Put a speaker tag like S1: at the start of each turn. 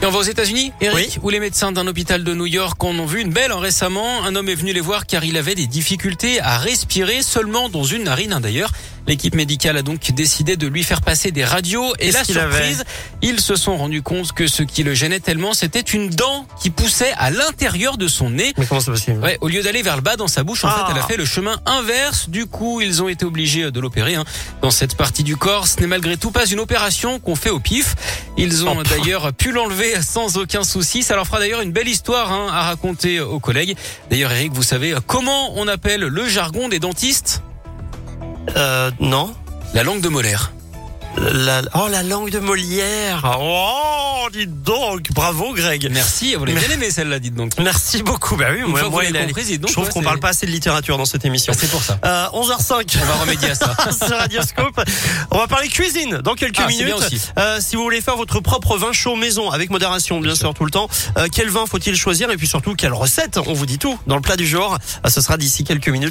S1: Et on va aux États-Unis, Eric,
S2: Oui.
S1: où les médecins d'un hôpital de New York en ont vu une belle hein, récemment. Un homme est venu les voir car il avait des difficultés à respirer, seulement dans une narine hein, d'ailleurs. L'équipe médicale a donc décidé de lui faire passer des radios. Et
S2: Qu'est-ce
S1: la
S2: qu'il avait
S1: surprise, ils se sont rendus compte que ce qui le gênait tellement, c'était une dent qui poussait à l'intérieur de son nez.
S2: Mais comment c'est possible
S1: Ouais, au lieu d'aller vers le bas dans sa bouche, en
S2: Ah.
S1: fait, elle a fait le chemin inverse. Du coup, ils ont été obligés de l'opérer. hein. Dans cette partie du corps, ce n'est malgré tout pas une opération qu'on fait au pif. Ils ont d'ailleurs pu l'enlever sans aucun souci. Ça leur fera d'ailleurs une belle histoire hein, à raconter aux collègues. D'ailleurs, Eric, vous savez euh, comment on appelle le jargon des dentistes
S2: Euh, non.
S1: La langue de Molaire.
S2: La- oh, la langue de Molière.
S1: Ah,
S2: Oh, dis donc. Bravo, Greg.
S1: Merci, vous l'avez
S2: Mais-
S1: bien aimé celle-là, dites donc.
S2: Merci beaucoup. Bah oui,
S1: Une
S2: moi,
S1: fois que
S2: moi,
S1: vous
S2: il
S1: l'avez
S2: a-
S1: comprise, dites donc,
S2: je trouve
S1: ouais,
S2: qu'on
S1: c'est-
S2: parle pas assez de littérature dans cette émission.
S1: Bah, C'est pour ça.
S2: Euh, 11h05.
S1: On va remédier à ça.
S2: sur Radioscope. On va parler cuisine dans quelques
S1: Ah, c'est bien
S2: minutes.
S1: aussi.
S2: Euh, si vous voulez faire votre propre vin chaud maison avec modération, bien sûr, tout le temps, euh, quel vin faut-il choisir et puis surtout quelle recette On vous dit tout dans le plat du jour. Ah, Euh, ce sera d'ici quelques minutes.